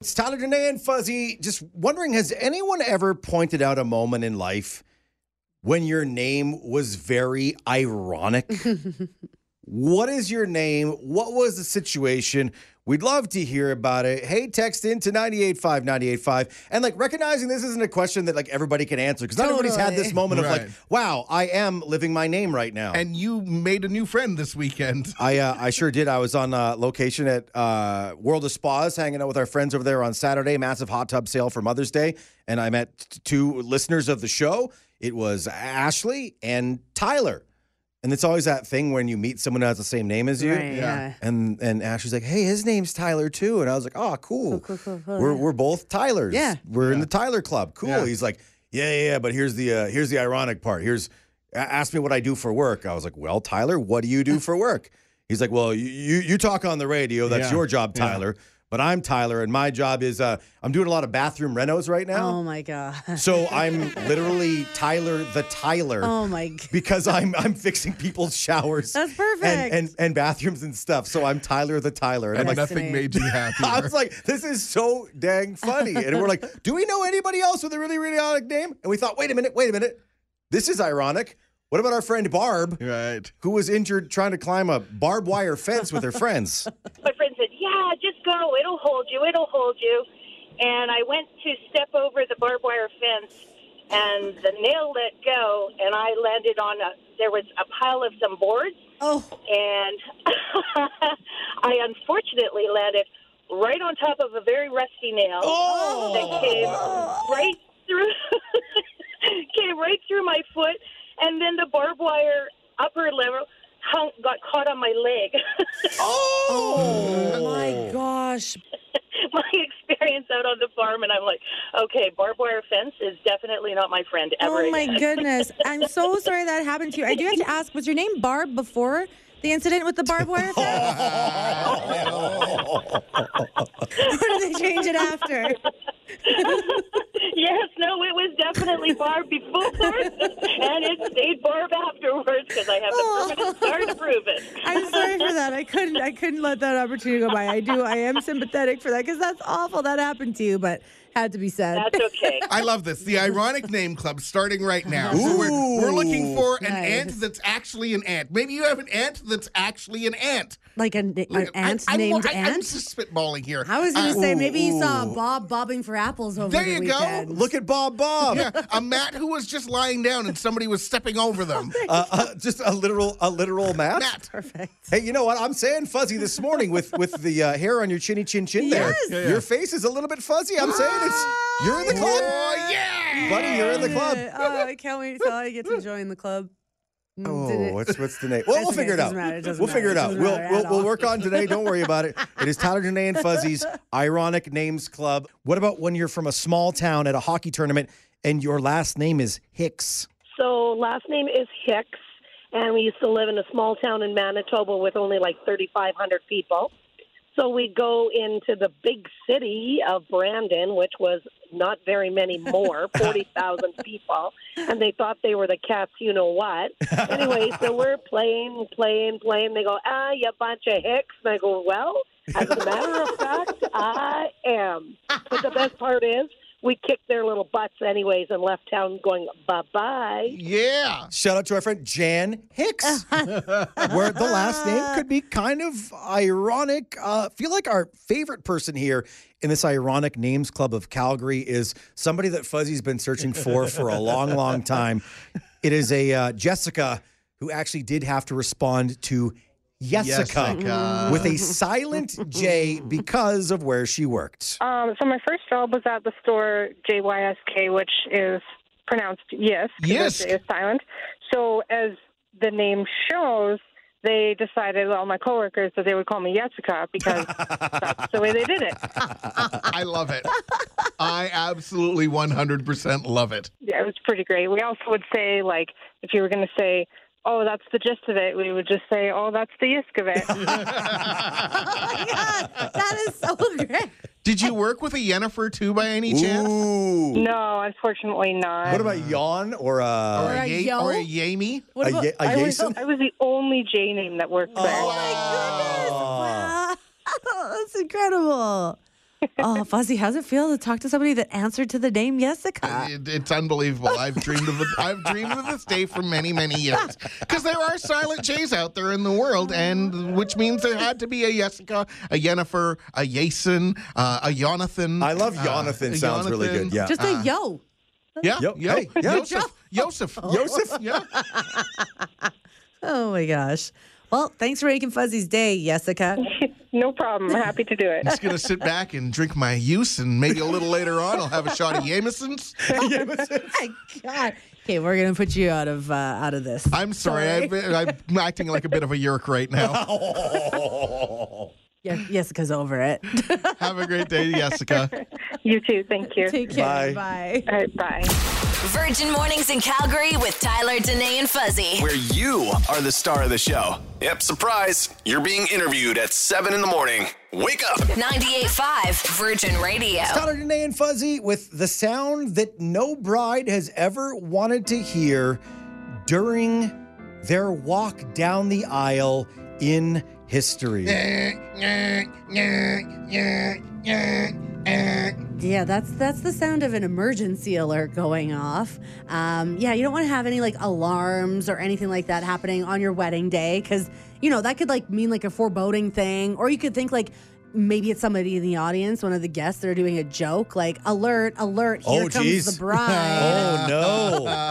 It's Tyler Danae and Fuzzy. Just wondering, has anyone ever pointed out a moment in life when your name was very ironic? what is your name? What was the situation? We'd love to hear about it. Hey, text in to 985 985. And like recognizing this isn't a question that like everybody can answer because not everybody's had this Totally. moment of Right. like, wow, I am living my name right now. And you made a new friend this weekend. I uh, I sure did. I was on uh, location at uh, World of Spas, hanging out with our friends over there on Saturday. Massive hot tub sale for Mother's Day, and I met t- two listeners of the show. It was Ashley and Tyler, and it's always that thing when you meet someone who has the same name as you. Right, yeah. And and Ashley's like, hey, his name's Tyler too, and I was like, oh, cool. cool, cool, cool, we're yeah." we're both Tylers. Yeah. we're in the Tyler Club. Cool. Yeah. He's like, yeah, yeah, yeah, but here's the uh, here's the ironic part. Here's a- ask me what I do for work. I was like, well, Tyler, what do you do for work? He's like, well, you you, you talk on the radio. That's Yeah. your job, Yeah. Tyler. But I'm Tyler, and my job is uh, I'm doing a lot of bathroom renos right now. Oh my god. So I'm literally Tyler the Tyler Oh my god. because I'm I'm fixing people's showers. That's And, perfect. and and bathrooms and stuff. So I'm Tyler the Tyler. And I'm And like, nothing Fascinating. made you I happier. was like, this is so dang funny. And we're like, do we know anybody else with a really, really ironic name? And we thought, wait a minute, wait a minute. This is ironic. What about our friend Barb, right. who was injured trying to climb a barbed wire fence with her friends? my friend said, "Yeah, just go. It'll hold you. It'll hold you." And I went to step over the barbed wire fence, and the nail let go, and I landed on a. There was a pile of some boards, Oh, and I unfortunately landed right on top of a very rusty nail that came right through came right through my foot, and then the barbed wire upper level hung, got caught on my leg. Oh! my gosh. my experience out on the farm, and I'm like, okay, barbed wire fence is definitely not my friend ever. Oh my again. goodness. I'm so sorry that happened to you. I do have to ask, was your name Barb before the incident with the barbed wire fence? or did they change it after? Yes, no, it was definitely Barb before, and it stayed Barb afterwards because I have the permanent scar to prove it. I'm sorry for that. I couldn't I couldn't let that opportunity go by. I do I am sympathetic for that because that's awful that happened to you, but had to be said. That's okay. I love this. The Ironic Name Club starting right now. So we're, Ooh. we're looking for an Nice. ant that's actually an ant. Maybe you have an ant that's actually an ant. Like an, an ant I, named I, I'm Ant? just spitballing here. I was going Uh, to say, maybe you saw ooh. Bob bobbing for apples over There the you go. weekend. Look at Bob Bob. yeah, Uh, a mat who was just lying down and somebody was stepping over them. Oh Uh, uh, just a literal, a literal map. Mat. Perfect. Hey, you know what? I'm saying fuzzy this morning with with the uh, hair on your chinny chin chin Yes. there. Yeah, yeah. Your face is a little bit fuzzy. I'm saying it's you're in the club. Oh, yeah. Buddy, you're in the club. Oh, I can't wait till I get to join the club. Mm, Oh, didn't- what's what's the name? Well, we'll okay. figure it It out. doesn't matter. It doesn't we'll figure it matter. It out. doesn't We'll matter we'll, at we'll all. work on today. Don't worry about it. It is Tyler Danae and Fuzzy's Ironic Names Club. What about when you're from a small town at a hockey tournament and your last name is Hicks? So last name is Hicks, and we used to live in a small town in Manitoba with only like 3,500 people. So we go into the big city of Brandon, which was not very many more, 40,000 people, and they thought they were the cats, you know what. Anyway, so we're playing, playing, playing. They go, ah, you bunch of Hicks. And I go, well, as a matter of fact, I am. But the best part is, we kicked their little butts anyways and left town going, bye bye. Yeah. Shout out to our friend Jan Hicks, where the last name could be kind of ironic. Uh, I feel like our favorite person here in this ironic names club of Calgary is somebody that Fuzzy's been searching for for a long, long time. It is a uh, Jessica who actually did have to respond to Jessica, Jessica. with a silent J because of where she worked. Um, so my first job was at the store JYSK, which is pronounced yes. 'cause the Yes. J is silent. So as the name shows, they decided, all my coworkers, that they would call me Jessica because that's the way they did it. I love it. I absolutely 100% love it. Yeah, it was pretty great. We also would say, like, if you were going to say, oh, that's the gist of it, we would just say, oh, that's the yisk of it. Oh my God, that is so great. Did you work with a Yennefer too by any chance? Ooh. no, unfortunately not. What about yawn or Or uh, Or a, a Ye- yo? or a Yami? What a, about? ye- a I was, Jason? I was the only J name that worked there. oh my goodness! Wow, that's incredible. oh, Fuzzy, how's it feel to talk to somebody that answered to the name Jessica? It, it's unbelievable. I've dreamed of it. I've dreamed of this day for many, many years. Because there are silent J's out there in the world, and which means there had to be a Jessica, a Jennifer, a Jason, uh, a Jonathan. I love uh, Jonathan. a Sounds really Jonathan. good. Yeah. Just a yo. Yeah. Yo- yeah. hey, yeah. Joseph. Joseph. Joseph. Yeah. Oh my gosh. Well, thanks for making Fuzzy's day, Jessica. No problem. I'm happy to do it. I'm just gonna sit back and drink my use, and maybe a little later on, I'll have a shot of Jameson's. my God. Okay, we're gonna put you out of uh, out of this. I'm sorry, I've been, I'm acting like a bit of a yerk right now. Yeah, Jessica's over it. Have a great day, Jessica. You too. Thank you. Take care. Bye. Bye. All right. Bye. Virgin Mornings in Calgary with Tyler, Danae, and Fuzzy. where you are the star of the show. Yep, surprise. You're being interviewed at 7 in the morning. Wake up. 98.5 Virgin Radio. Oh. Tyler, Danae, and Fuzzy with the sound that no bride has ever wanted to hear during their walk down the aisle in history. Yeah, that's that's the sound of an emergency alert going off. Um, yeah, you don't want to have any like alarms or anything like that happening on your wedding day because you know that could like mean like a foreboding thing, or you could think like maybe it's somebody in the audience, one of the guests that are doing a joke, like alert, alert, here Oh, comes geez. the bride. Oh,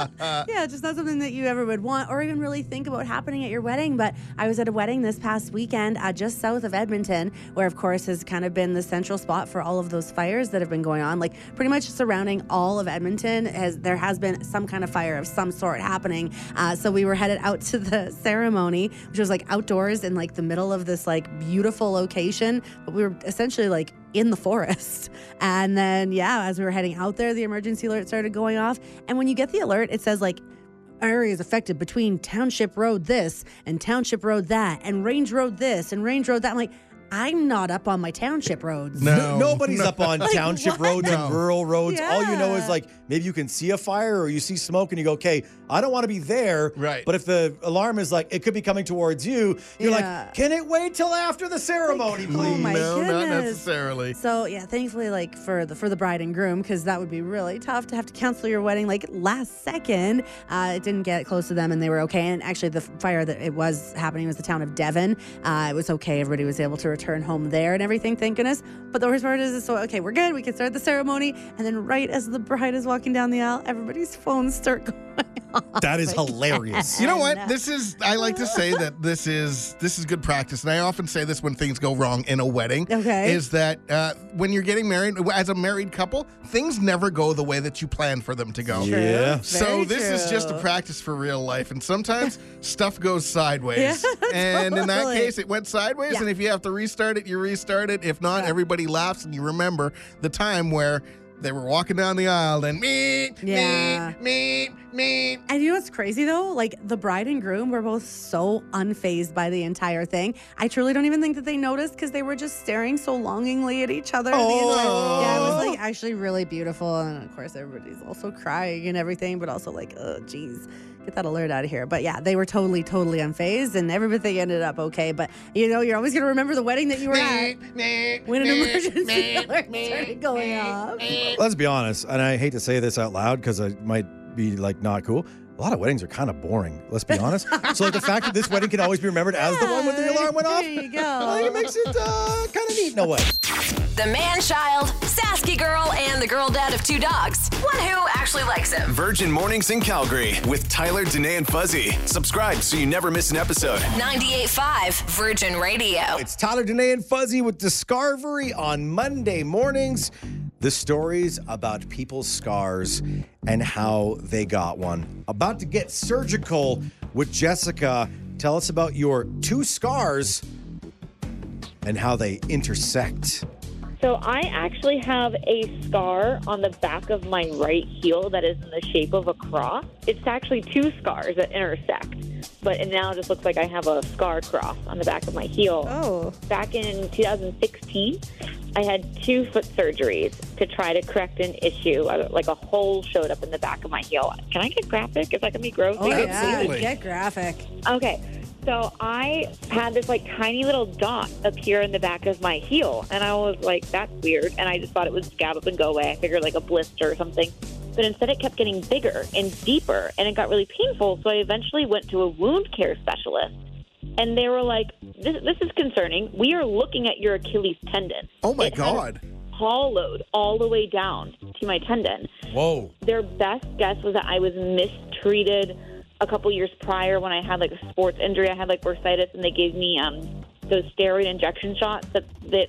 no. yeah, it's just not something that you ever would want or even really think about happening at your wedding. But I was at a wedding this past weekend uh, just south of Edmonton, where, of course, has kind of been the central spot for all of those fires that have been going on. Like, pretty much surrounding all of Edmonton, has there has been some kind of fire of some sort happening. Uh, so we were headed out to the ceremony, which was like outdoors in like the middle of this like beautiful location. But we were essentially like in the forest. And then, yeah, as we were heading out there, the emergency alert started going off. And when you get the alert, it says like, areas affected between Township Road this and Township Road that and Range Road this and Range Road that. I'm like, I'm not up on my Township roads. No, nobody's up on township what? roads and rural roads. All you know is Yeah. like maybe you can see a fire or you see smoke and you go, okay, I don't want to be there. Right. But if the alarm is like, it could be coming towards you, you're Yeah. like, can it wait till after the ceremony, please? oh my no, not goodness. necessarily. So yeah, thankfully, like for the for the bride and groom, because that would be really tough to have to cancel your wedding like last second. Uh, it didn't get close to them, and they were okay. And actually, the fire that it was happening was the town of Devon. Uh, it was okay. Everybody was able to return home there and everything. Thank goodness. But the worst part is, is so okay, we're good. We can start the ceremony, and then right as the bride is walking down the aisle, everybody's phones start going off. That is hilarious. You know what? This is I like to say that this is this is good practice, and I often say this when things go wrong in a wedding. Okay. is that uh, when you're getting married as a married couple, things never go the way that you plan for them to go. Yeah. So Very this is just a true. practice for real life, and sometimes stuff goes sideways. and in that totally. case, it went sideways. Yeah. And if you have to restart it, you restart it. If not, everybody laughs, and you remember the time where they were walking down the aisle and me, Yeah. me, me, me. And you know what's crazy though? Like the bride and groom were both so unfazed by the entire thing. I truly don't even think that they noticed because they were just staring so longingly at each other. the entire- yeah, it was like actually really beautiful. And of course, everybody's also crying and everything, but also like, oh, geez, get that alert out of here. But yeah, they were totally, totally unfazed, and everything ended up okay. But you know, you're always gonna remember the wedding that you were at when an emergency alert started going off. Let's be honest, and I hate to say this out loud because I might be like not cool. A lot of weddings are kind of boring. Let's be honest. so like the fact that this wedding can always be remembered as the one when the alarm went off, There you I think it go. makes it uh, kind of neat in a way. The man child, Sasky girl, and the girl dad of two dogs. One who actually likes him. Virgin Mornings in Calgary with Tyler, Danae, and Fuzzy. Subscribe so you never miss an episode. 98.5 Virgin Radio. It's Tyler, Danae, and Fuzzy with Discovery on Monday mornings. The stories about people's scars and how they got one. About to get surgical with Jessica. Tell us about your two scars and how they intersect. So I actually have a scar on the back of my right heel that is in the shape of a cross. It's actually two scars that intersect, but it now just looks like I have a scar cross on the back of my heel. Oh. Back in 2016, I had two foot surgeries to try to correct an issue. Uh, Like a hole showed up in the back of my heel. Can I get graphic? Is that going to be gross? Oh yeah, Absolutely. get graphic. Okay. so I had this like tiny little dot appear in the back of my heel, and I was like, "That's weird," and I just thought it would scab up and go away. I figured like a blister or something, but instead it kept getting bigger and deeper, and it got really painful. So I eventually went to a wound care specialist, and they were like, "This this is concerning. We are looking at your Achilles tendon." Oh my It had God. Hollowed all the way down to my tendon Whoa. their best guess was that I was mistreated a couple years prior when I had like a sports injury. I had like bursitis, and they gave me um, those steroid injection shots that that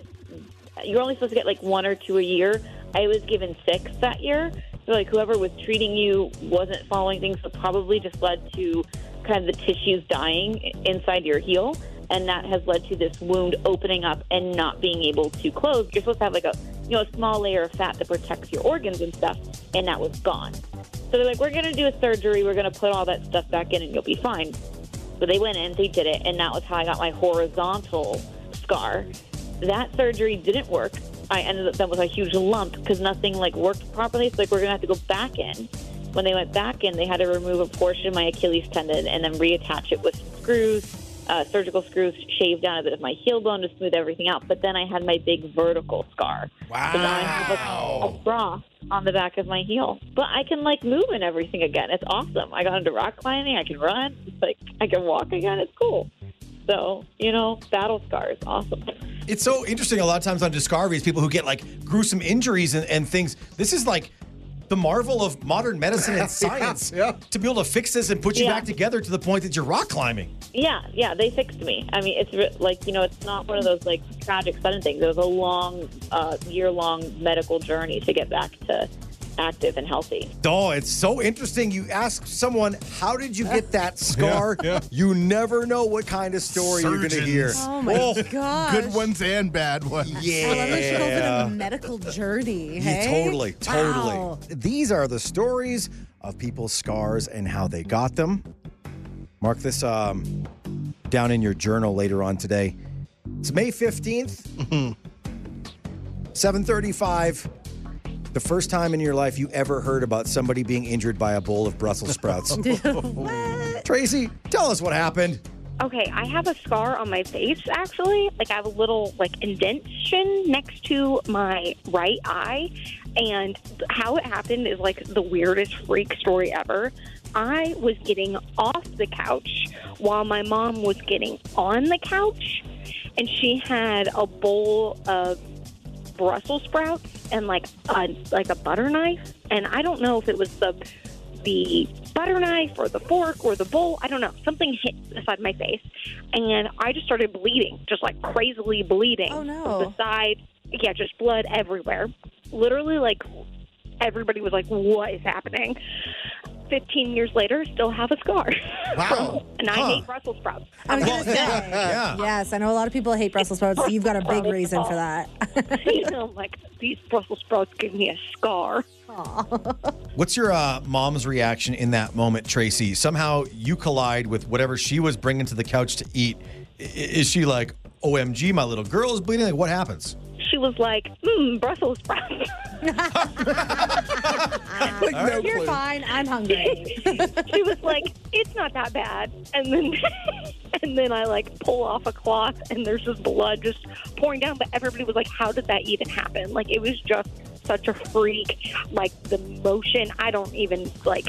you're only supposed to get like one or two a year. I was given six that year. So like whoever was treating you wasn't following things, so probably just led to kind of the tissues dying i- inside your heel. And that has led to this wound opening up and not being able to close. You're supposed to have like a you know, a small layer of fat that protects your organs and stuff, and that was gone. So they're like, We're gonna do a surgery, we're gonna put all that stuff back in and you'll be fine. But they went in, they did it, and that was how I got my horizontal scar. That surgery didn't work. I ended up that was a huge lump because nothing like worked properly. So like we're gonna have to go back in. When they went back in, they had to remove a portion of my Achilles tendon and then reattach it with screws, uh, surgical screws, shaved down a bit of my heel bone to smooth everything out. But then I had my big vertical scar. So now I have a, a bra on the back of my heel. But I can like move and everything again. It's awesome. I got into rock climbing. I can run. It's like I can walk again. It's cool. So you know, battle scars, awesome. It's so interesting. A lot of times on Discovery, is people who get like gruesome injuries and, and things. This is like the marvel of modern medicine and science yeah. to be able to fix this and put you Yeah. back together to the point that you're rock climbing. Yeah, yeah, they fixed me. I mean, it's re- like you know, it's not one of those like tragic sudden things. It was a long, uh, year-long medical journey to get back to active and healthy. Oh, it's so interesting. You ask someone, how did you get that scar? You never know what kind of story you're going Surgeons. to hear. Oh my gosh. Good ones and bad ones. I love that she calls it Yeah. a medical journey. Yeah, Hey? totally, totally. Wow. These are the stories of people's scars and how they got them. Mark this um, down in your journal later on today. It's May 15th, 735. The first time in your life you ever heard about somebody being injured by a bowl of Brussels sprouts. What? Tracy, tell us what happened. Okay, I have a scar on my face actually. Like I have a little like indentation next to my right eye and how it happened is like the weirdest freak story ever. I was getting off the couch while my mom was getting on the couch and she had a bowl of Brussels sprouts and like a like a butter knife and I don't know if it was the the butter knife or the fork or the bowl. I don't know. Something hit the side of my face, and I just started bleeding, just like crazily bleeding. Oh, no. From The side, yeah, just blood everywhere. Literally, like everybody was like, "What is happening?" Fifteen years later, still have a scar. Wow. and I Huh. hate Brussels sprouts. I was gonna say. Yeah. Yes, I know a lot of people hate Brussels sprouts. So you've got a big reason for that. you know, like these Brussels sprouts give me a scar. What's your uh, mom's reaction in that moment, Tracy? Somehow you collide with whatever she was bringing to the couch to eat. I- is she like, OMG, my little girl is bleeding? Like, what happens? She was like, "Mmm, Brussels sprouts." Like, no You're clue. fine. I'm hungry. she was like, "It's not that bad," and then and then I like pull off a cloth, and there's just blood just pouring down. But everybody was like, "How did that even happen?" Like it was just such a freak. Like the motion, I don't even like.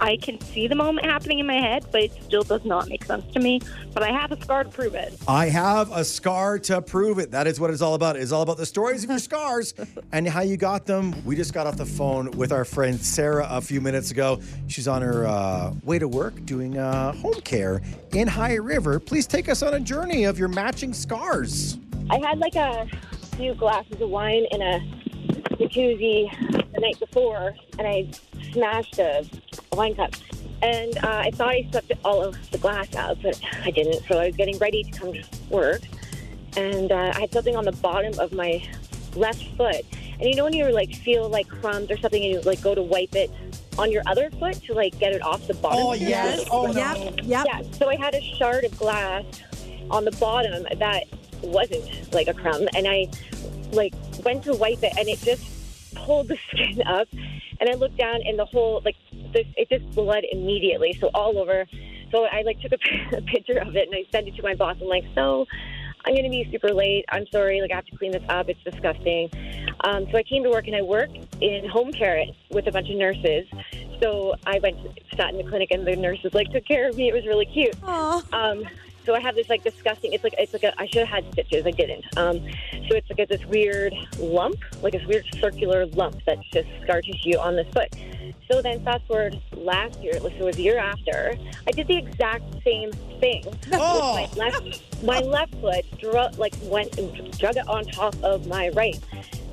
I can see the moment happening in my head, but it still does not make sense to me. But I have a scar to prove it. I have a scar to prove it. That is what it's all about. It's all about the stories of your scars and how you got them. We just got off the phone with our friend Sarah a few minutes ago. She's on her uh, way to work doing uh, home care in High River. Please take us on a journey of your matching scars. I had like a few glasses of wine in a jacuzzi the night before, and I smashed a, a wine cup. And uh, I thought I swept all of the glass out, but I didn't. So I was getting ready to come to work, and uh, I had something on the bottom of my left foot. And you know when you like feel like crumbs or something, and you like go to wipe it on your other foot to like get it off the bottom. Oh, of your yes. foot? Oh, no. yep. Yep. Yeah, so I had a shard of glass on the bottom that wasn't like a crumb, and I like went to wipe it, and it just pulled the skin up, and I looked down, and the whole like this, it just blood immediately, so all over. So so I like took a, a picture of it and I sent it to my boss. I'm like, so I'm gonna be super late. I'm sorry. Like I have to clean this up. It's disgusting. Um, so I came to work and I work in home care with a bunch of nurses. So I went sat in the clinic and the nurses like took care of me. It was really cute. Oh, Um, so I have this like disgusting. It's like it's like a, I should have had stitches. I didn't. Um, so it's like a, this weird lump, like this weird circular lump that's just scar tissue on this foot. So then fast forward last year, so it was a year after, I did the exact same thing. Oh. My left, my left foot dro- like went and drug it on top of my right,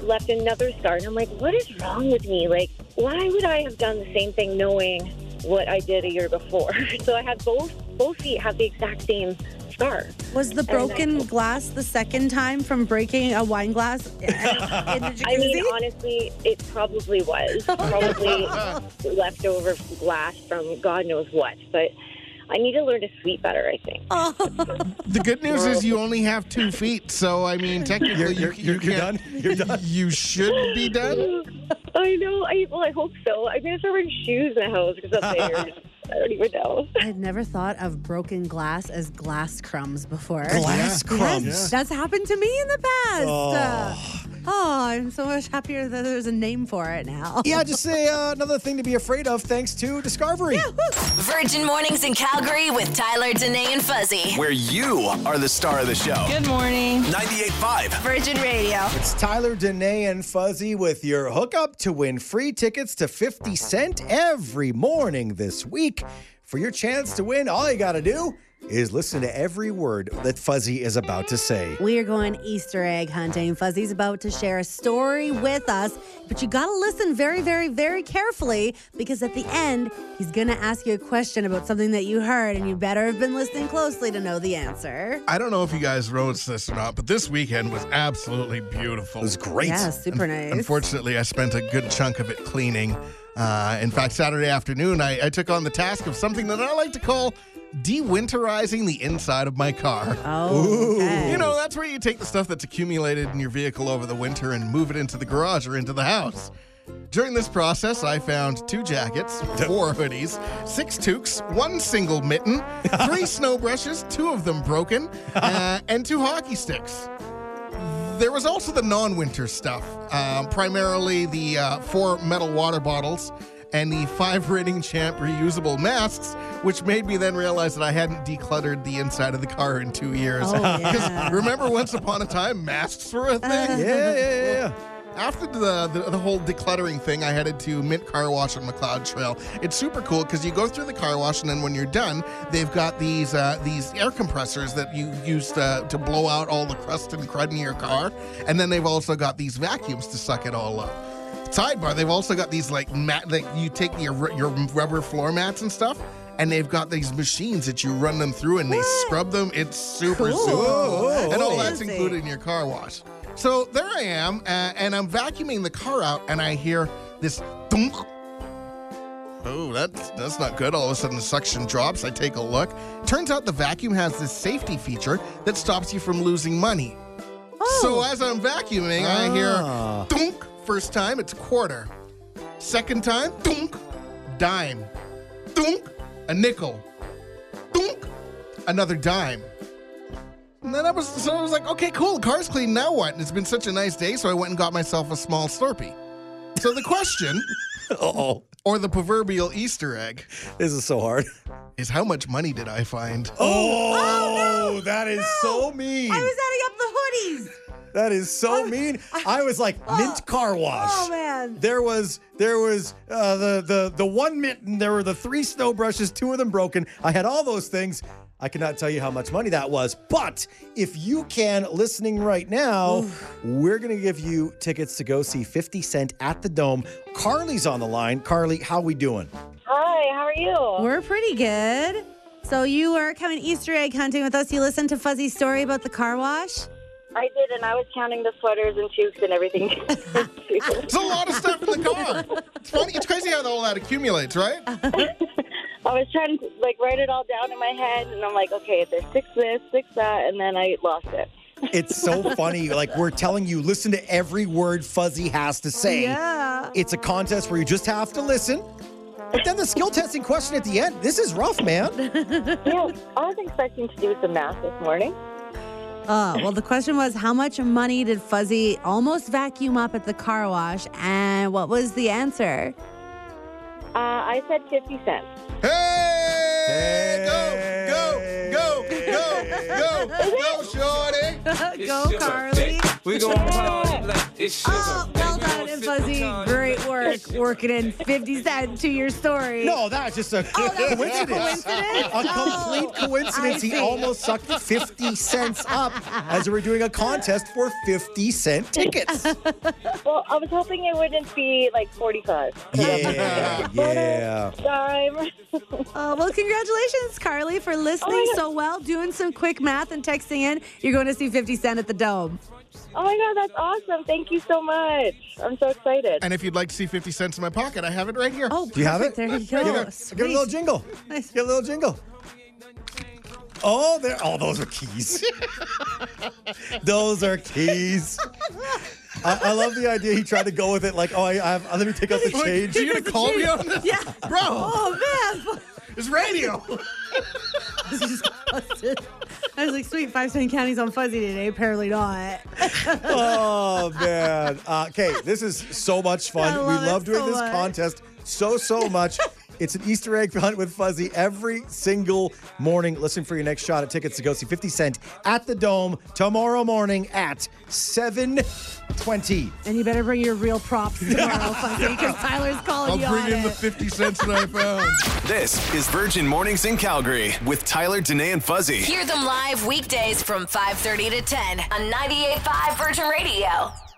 left another scar, and I'm like, what is wrong with me? Like, why would I have done the same thing knowing what I did a year before? so I had both both feet have the exact same scar. was the broken glass the second time from breaking a wine glass in the jacuzzi? I mean, honestly, it probably was probably leftover glass from God knows what, but. I need to learn to sleep better, I think. The good news is you only have two feet, so I mean, technically, You're, you're, you you're, you're done. can't- You're done. You should be done. I know. I well, I hope so. I'm gonna start wearing shoes in the house because that's weird. I don't even know. I had never thought of broken glass as glass crumbs before. Glass crumbs. Yes, that's happened to me in the past. Oh. Oh, I'm so much happier that there's a name for it now. Yeah, just say uh, another thing to be afraid of. Thanks to Discovery. Virgin Mornings in Calgary with Tyler, Danae, and Fuzzy. where you are the star of the show. Good morning. 98.5. Virgin Radio. It's Tyler, Danae, and Fuzzy with your hookup to win free tickets to 50 Cent every morning this week. For your chance to win, all you got to do is listen to every word that Fuzzy is about to say. We are going Easter egg hunting. Fuzzy's about to share a story with us, but you got to listen very, very, very carefully because at the end, he's going to ask you a question about something that you heard, and you better have been listening closely to know the answer. I don't know if you guys noticed this or not, but this weekend was absolutely beautiful. It was great. Yeah, super nice. Unfortunately, I spent a good chunk of it cleaning. Uh, in fact, Saturday afternoon, I, I took on the task of something that I like to call de-winterizing the inside of my car. Oh, okay. You know, that's where you take the stuff that's accumulated in your vehicle over the winter and move it into the garage or into the house. During this process, I found two jackets, four hoodies, six toques, one single mitten, three snow brushes, two of them broken, uh, and two hockey sticks. There was also the non winter stuff, um, primarily the uh, four metal water bottles and the five rating champ reusable masks, which made me then realize that I hadn't decluttered the inside of the car in two years. Oh, yeah. Remember, once upon a time, masks were a thing? Yeah, yeah, yeah, yeah. After the, the the whole decluttering thing, I headed to Mint Car Wash on McLeod Trail. It's super cool because you go through the car wash, and then when you're done, they've got these uh, these air compressors that you use to, to blow out all the crust and crud in your car, and then they've also got these vacuums to suck it all up. Sidebar: They've also got these like mat like you take your ru- your rubber floor mats and stuff, and they've got these machines that you run them through and they scrub them. It's super Cool. super Whoa, cool. and all that's that's amazing. included in your car wash. So there I am, uh, and I'm vacuuming the car out, and I hear this thunk. Oh, that's that's not good. All of a sudden, the suction drops. I take a look. Turns out the vacuum has this safety feature that stops you from losing money. Oh, So as I'm vacuuming, I Oh. Ah. hear thunk. First time, it's quarter. Second time, thunk, dime. Thunk, a nickel. Thunk, another dime. And then I was, so I was like, okay, cool, car's clean, now what? And it's been such a nice day, so I went and got myself a small Slurpee. So the question, Oh, or the proverbial Easter egg, this is so hard. is how much money did I find? Oh, that is so mean. I was adding up the hoodies. that is so mean. I was like mint car wash. Oh, man. There was there was uh, the the the one mitten. There were the three snow brushes. Two of them broken. I had all those things. I cannot tell you how much money that was, but if you can, listening right now, we're gonna give you tickets to go see 50 Cent at the Dome. Carly's on the line. Carly, how we doing? Hi, how are you? We're pretty good. So you are coming Easter egg hunting with us. You listened to Fuzzy's story about the car wash. I did, and I was counting the sweaters and shoes and everything. It's a lot of stuff in the car. It's funny, it's crazy how all that accumulates, right? I was trying to like write it all down in my head, and I'm like, okay, there's six this, six that, and then I lost it. It's so funny. Like we're telling you, listen to every word Fuzzy has to say. Yeah. It's a contest where you just have to listen. But then the skill testing question at the end. This is rough, man. Yeah, I was expecting to do some math this morning. Uh, well, the question was how much money did Fuzzy almost vacuum up at the car wash? And what was the answer? Uh, I said 50 cents. Hey, go, go, go, go, go, go, shorty. Go, Carly. We going hard like it's sugar. Oh, well done, and Fuzzy. Great work working in 50 cent to your story. No, that's just a Oh, that's a coincidence. coincidence? A complete Oh, coincidence. I He see. almost sucked 50 cents up as we were doing a contest for 50 cent tickets. Well, I was hoping it wouldn't be like 45. Yeah, yeah. Dime. Uh, well, congratulations, Carly, for listening so well, doing some quick math and texting in. You're going to see 50 Cent at the Dome. Oh my god, that's awesome. Thank you so much. I'm so excited. And if you'd like to see 50 cents in my pocket, I have it right here. Oh, Do you have perfect. it? There you Give go. it- give it a little Sweet. jingle. Nice. Give it a little jingle. Oh, there. All those are keys. those are keys. I, I love the idea. He tried to go with it like, oh, I, I have, let me take out the Like, change. you gonna call me on this? Yeah. Bro, Oh, man. it's radio. I was like, sweet, five cent counties on fuzzy today. Apparently not. oh man. Uh, okay, this is so much fun. I we love it love doing so this much. contest so so much. it's an Easter egg hunt with Fuzzy every single morning. Listen for your next shot at tickets to go see 50 Cent at the Dome tomorrow morning at 7:20. And you better bring your real props tomorrow, fuzzy, because Tyler's calling I'll you bring on in the it. 50 cents that I found. This is Virgin Mornings in Calgary with Tyler, Danae, and Fuzzy. Hear them live weekdays from 5:30 to 10 on 98.5 Virgin Radio.